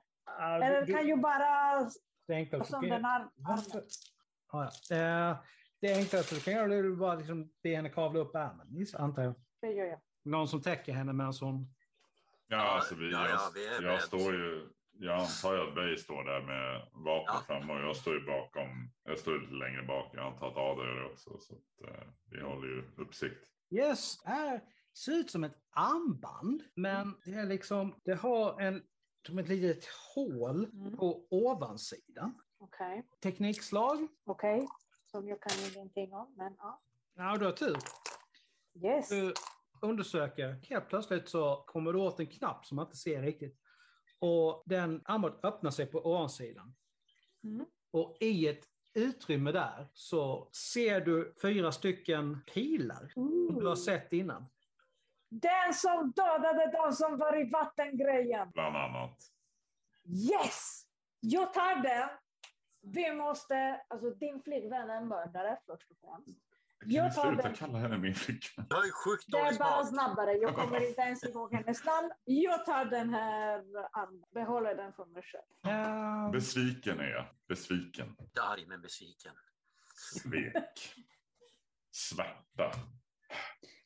S1: något.
S4: Eller kan jag bara
S1: Det är enklare
S4: ta
S1: att
S4: som
S1: du
S4: Alltså, den
S1: kan-
S4: ar-
S1: Varför?
S4: armen?
S1: Ja, ja. Eh, Det enklaste du kan göra det är att bara liksom be henne kavla upp ärmen, gissar- antar jag.
S4: Det gör jag.
S1: Någon som täcker henne medan hon...
S3: Ja,
S2: Ja,
S3: alltså vi,
S2: ja,
S3: jag,
S2: ja, vi är med.
S3: jag står ju. Jag antar ju att Bay står där med vapen
S2: Ja.
S3: fram och jag står ju bakom. Jag står ju lite längre bak. Jag antar att Ada gör det också. Så att, eh, vi håller ju uppsikt.
S1: Yes, är, ser ut som ett armband, men det är liksom... Det har en, som ett litet hål
S4: Mm.
S1: på ovansidan.
S4: Okej,
S1: Teknikslag?
S4: okej. Som jag kan ingenting om, men ja.
S1: Ja, du har tur.
S4: Yes.
S1: Du undersöker. Helt plötsligt så kommer du åt en knapp som man inte ser riktigt. Och den armbågen öppnar sig på ovansidan.
S4: Mm.
S1: Och i ett utrymme där så ser du fyra stycken pilar som du har sett innan.
S4: Den som dödade den som var i vattengrejen.
S3: Bland annat.
S4: Yes! Jag tar den. Vi måste, alltså din flickvän är en mördare först och främst.
S3: Kan
S4: Jag
S3: vi
S4: tar
S3: sluta
S4: den.
S3: kalla henne min flicka?
S2: Jag har ju sjukt
S4: Det
S2: dålig
S4: är bara
S2: smak.
S4: snabbare, jag kommer inte ens ihåg hennes namn. Jag tar den här armen, behåller den för mig själv.
S1: Ehm,
S3: Besviken är jag. Besviken.
S2: Inte arg men besviken.
S3: Svek. Svärta.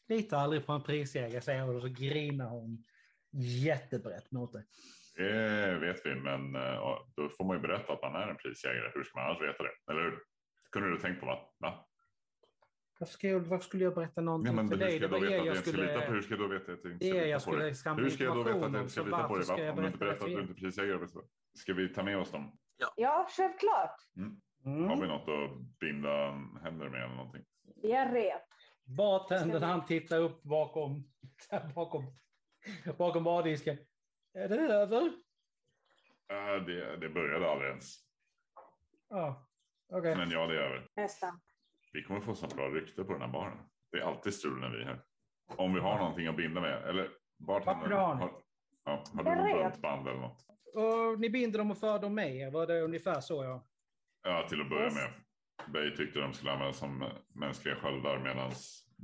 S1: Litar aldrig på en prisjägare, säger hon och så grinar hon jättebrett mot dig.
S3: Det vet vi, men eh, ja, då får man ju berätta att man är en prisjägare. Hur ska man annars veta det? Eller hur? Kunde du tänkt på va? va?
S1: Varför, ska jag- varför skulle jag berätta någonting
S3: Ja, men
S1: för
S3: hur ska
S1: dig? Det
S3: jag då
S1: var er
S3: veta att jag
S1: jag
S3: inte ska lita på?
S1: skulle...
S3: Hur ska jag då veta att jag inte
S1: Det
S3: ska
S1: är
S3: lita
S1: jag
S3: på dig?
S1: skulle skaffa
S3: Hur ska jag då veta att
S1: information
S3: jag
S1: om,
S3: inte ska
S1: så
S3: lita på
S1: varför
S3: dig?
S1: ska jag
S3: Va? Om du inte
S1: berätta det
S3: berättar
S1: för
S3: att
S1: er?
S3: du inte är prisjägare, så ska vi ta med oss dem?
S4: Ja, självklart.
S3: Har
S1: Mm.
S3: vi något att binda händer med eller någonting?
S4: Det är rep.
S1: Bartendern han tittar upp bakom, bakom, bakom bardisken. Är det över?
S3: Eh, Det, det började aldrig ens.
S1: Ja, okej.
S3: Men ja, det är över.
S4: Nästan.
S3: Vi kommer få sånt bra rykte på den här baren. Det är alltid strul när vi är här. Om vi har någonting att binda med. Eller bartender.
S1: Varför har ni?
S3: ja, har
S4: Jag
S3: du något
S4: vet.
S3: runt band eller något?
S1: Och ni binder dem och för dem med er, var det ungefär så ja?
S3: Ja, till att börja
S4: Yes.
S3: med. Bay tyckte de skulle användas som eh, mänskliga sköldar medan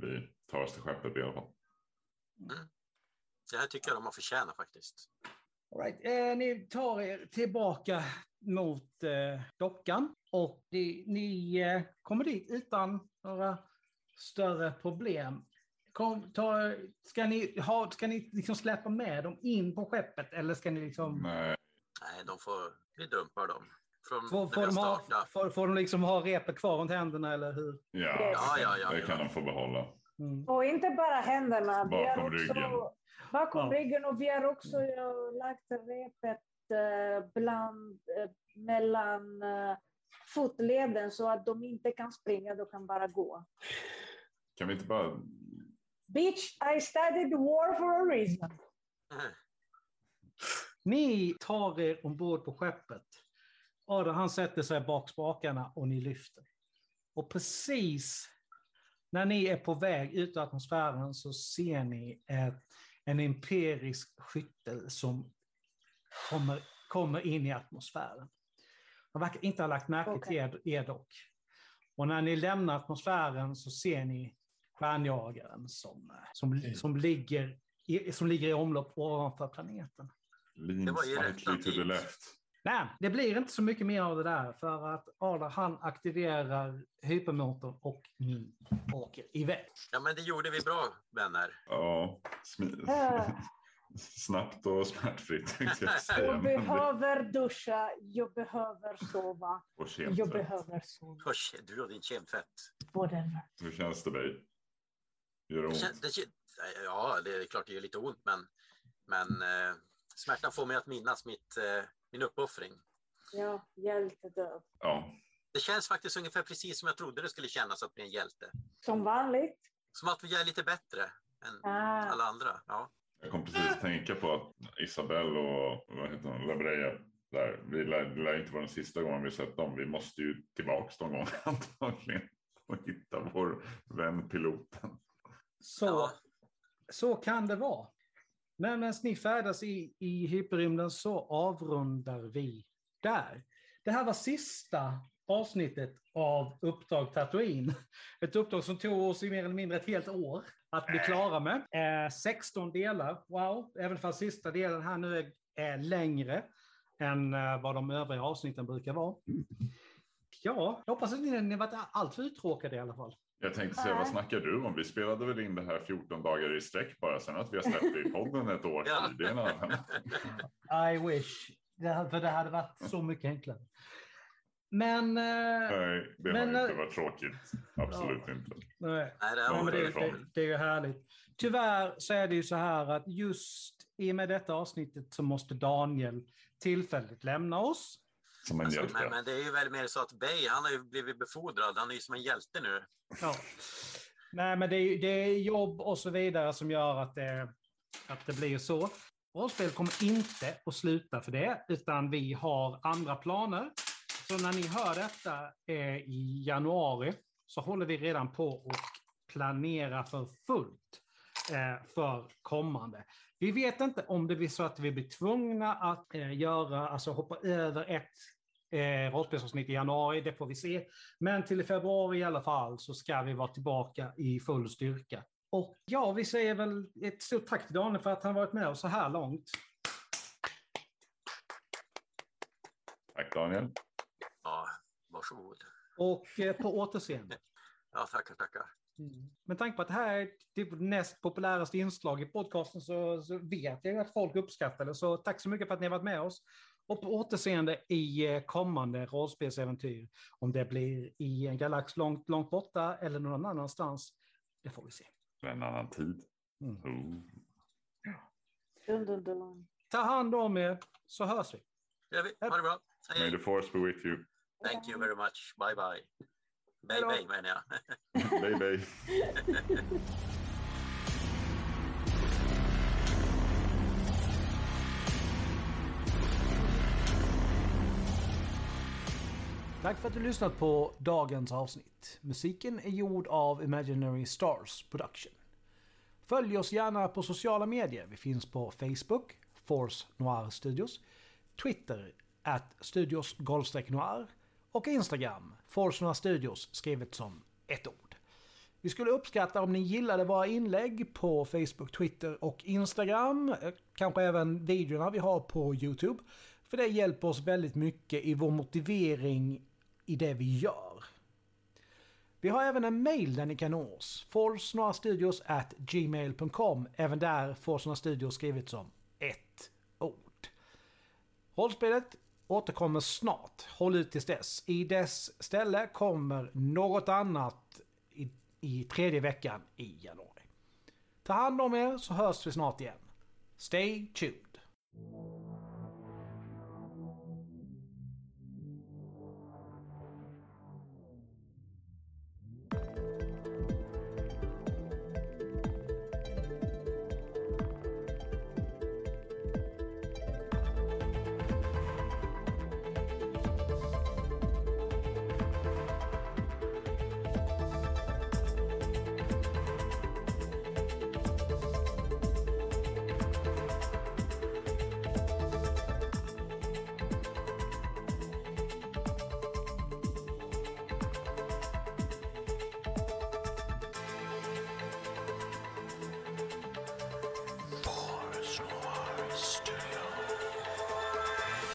S3: vi tar oss till skeppet i alla fall.
S2: Det här tycker jag de har förtjänat faktiskt.
S1: All right. eh, ni tar er tillbaka mot eh, dockan och ni, ni eh, kommer dit utan några större problem. Kom, ta, ska ni, ha, ska ni liksom släppa med dem in på skeppet eller ska ni liksom...
S3: Nej,
S2: Nej, de får... Vi dumpar dem. Från
S1: Får,
S2: när
S1: får,
S2: vi
S1: de ha,
S2: startade.
S1: får, får de liksom ha repet kvar runt händerna eller hur?
S3: ja,
S2: Ja, ja, ja.
S3: det
S2: ja.
S3: kan de få behålla.
S1: Mm.
S4: Och inte bara händerna. vi har
S3: Bakom ryggen.
S4: Bakom
S1: Ja.
S4: ryggen och vi har också eh, lagt repet eh, bland, eh, mellan eh, fotleden så att de inte kan springa, de kan bara gå.
S3: Kan vi inte bara...
S4: Bitch, I studied war for a reason.
S1: Ni tar er ombord på skeppet. Adam han sätter sig bak spakarna och ni lyfter. Och precis när ni är på väg ut ur atmosfären så ser ni ett, en imperisk skyttel som kommer, kommer in i atmosfären. De verkar inte ha lagt märke till
S4: Okej.
S1: er, er dock. Och när ni lämnar atmosfären så ser ni stjärnjagaren som, som, som, ligger, i, som ligger i omlopp ovanför planeten.
S3: Lean
S2: Det var ju rätt
S3: slightly to the
S2: latin.
S3: left.
S1: Nej, det blir inte så mycket mer av det där för att Adar han aktiverar hypermotorn och ni åker iväg.
S2: Ja, men det gjorde vi bra, vänner.
S3: Ja, smi-
S4: Eh,
S3: snabbt och smärtfritt tänkte jag säga. men
S4: Jag
S3: det-
S4: behöver duscha, jag behöver sova,
S3: och sent,
S4: jag
S3: så.
S4: behöver sova.
S2: Usch, Du och din kemtvätt.
S4: Whatever.
S3: Hur känns det dig? Gör det
S2: Det
S3: ont?
S2: kän- det kän- Ja, det är klart det gör lite ont, men, men eh, smärtan får mig att minnas mitt, eh, min uppoffring.
S4: Ja, hjältedöd.
S3: Ja,
S2: Det känns faktiskt ungefär precis som jag trodde det skulle kännas att bli en hjälte.
S4: Som vanligt.
S2: Som att vi är lite bättre än
S4: Ah,
S2: alla andra. Ja.
S3: jag kom precis att tänka på att Isabelle och vad heter hon, Labreja, där, vi lär, det lär inte vara den sista gången vi sett dem. Vi måste ju tillbaks någon gång antagligen och hitta vår vän piloten.
S1: Så,
S2: Ja.
S1: så kan det vara. Men medan ni färdas i, i hyperrymden så avrundar vi där. Det här var sista avsnittet av Uppdrag Tatooine. Ett uppdrag som tog oss i mer eller mindre ett helt år att bli klara med. Eh, 16 delar, wow. Även fast sista delen här nu är, är längre än eh, vad de övriga avsnitten brukar vara. Ja, jag hoppas att ni, ni varit alltför uttråkade i alla fall.
S3: Jag tänkte säga, vad snackar du om? Vi spelade väl in det här 14 dagar i sträck bara. Sen att vi har släppt det i podden ett år
S2: Ja.
S3: tid, det är en annan.
S1: I wish. Det, här- för det hade varit så mycket enklare. Men... Eh,
S3: Nej, det
S1: Men,
S3: har
S1: eh,
S3: inte varit tråkigt. Absolut inte.
S1: nej.
S2: Nej, det
S1: Nej,
S2: här
S1: men
S2: var
S1: det,
S2: det.
S1: det, det är ju härligt. Tyvärr så är det ju så här att just i och med detta avsnittet så måste Daniel tillfälligt lämna oss.
S3: Som en
S2: Alltså, men,
S3: hjälte.
S2: men det är ju väl mer så att Bay, han har ju blivit befordrad. Han är ju som en hjälte nu.
S1: Ja. Nej, men det är, det är jobb och så vidare som gör att det, att det blir så. Rollspel kommer inte att sluta för det, utan vi har andra planer. Så när ni hör detta eh, i januari så håller vi redan på och planera för fullt eh, för kommande. Vi vet inte om det blir så att vi blir tvungna att eh, göra, alltså hoppa över ett eh, rollspelsavsnitt i januari, det får vi se. Men till i februari i alla fall så ska vi vara tillbaka i full styrka. Och ja, vi säger väl ett stort tack till Daniel för att han varit med oss så här långt.
S3: Tack Daniel.
S2: Ja, varsågod.
S1: Och eh, på återseende.
S2: Ja, tackar, tackar.
S1: Med tanke på att det här är typ det näst populäraste inslag i podcasten så, så vet jag ju att folk uppskattar det. Så tack så mycket för att ni har varit med oss. Och på återseende i eh, kommande rollspelsäventyr. Om det blir i en galax långt, långt borta eller någon annanstans. Det får vi se.
S3: För en annan tid.
S1: Mm.
S3: Oh.
S4: Dun, dun, dun.
S1: Ta hand om er så hörs vi.
S2: Det gör vi. Ha det bra.
S3: May
S2: Hej.
S3: the force be with you.
S2: Thank you very much. Bye bye. Bye
S1: Hejdå.
S2: bye menar jag.
S3: Bye bye.
S1: Tack för att du lyssnat på dagens avsnitt. Musiken är gjord av Imaginary Stars Production. Följ oss gärna på sociala medier. Vi finns på Facebook, Force Noir Studios, Twitter, at studios noir och Instagram, Force Noir Studios skrivet som ett ord. Vi skulle uppskatta om ni gillade våra inlägg på Facebook, Twitter och Instagram. Eh, Kanske även videorna vi har på YouTube. För det hjälper oss väldigt mycket i vår motivering i det vi gör. Vi har även en mail där ni kan nå oss. Forsnorastudios at gmail.com. Även där Forsnora Studios skrivet som ett ord. Rollspelet återkommer snart. Håll ut tills dess. I dess ställe kommer något annat i, i tredje veckan i januari. Ta hand om er så hörs vi snart igen. Stay tuned!